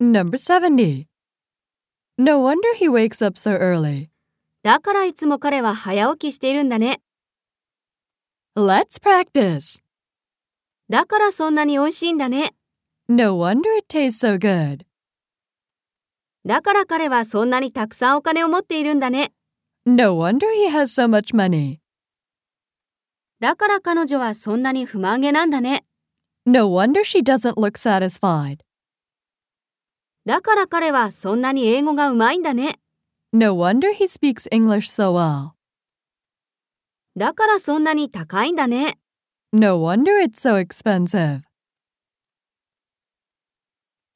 Number 70. No wonder he wakes up so early. だからいつも彼は早起きしているんだね。 Let's practice. だからそんなに美味しいんだね。 No wonder it tastes so good. だから彼はそんなにたくさんお金を持っているんだね。 No wonder he has so much money. だから彼女はそんなに不満げなんだね。 No wonder she doesn't look satisfied. だから彼はそんなに英語がうまいんだね。 No wonder he speaks English so well. だからそんなに高いんだね。 No wonder it's so expensive.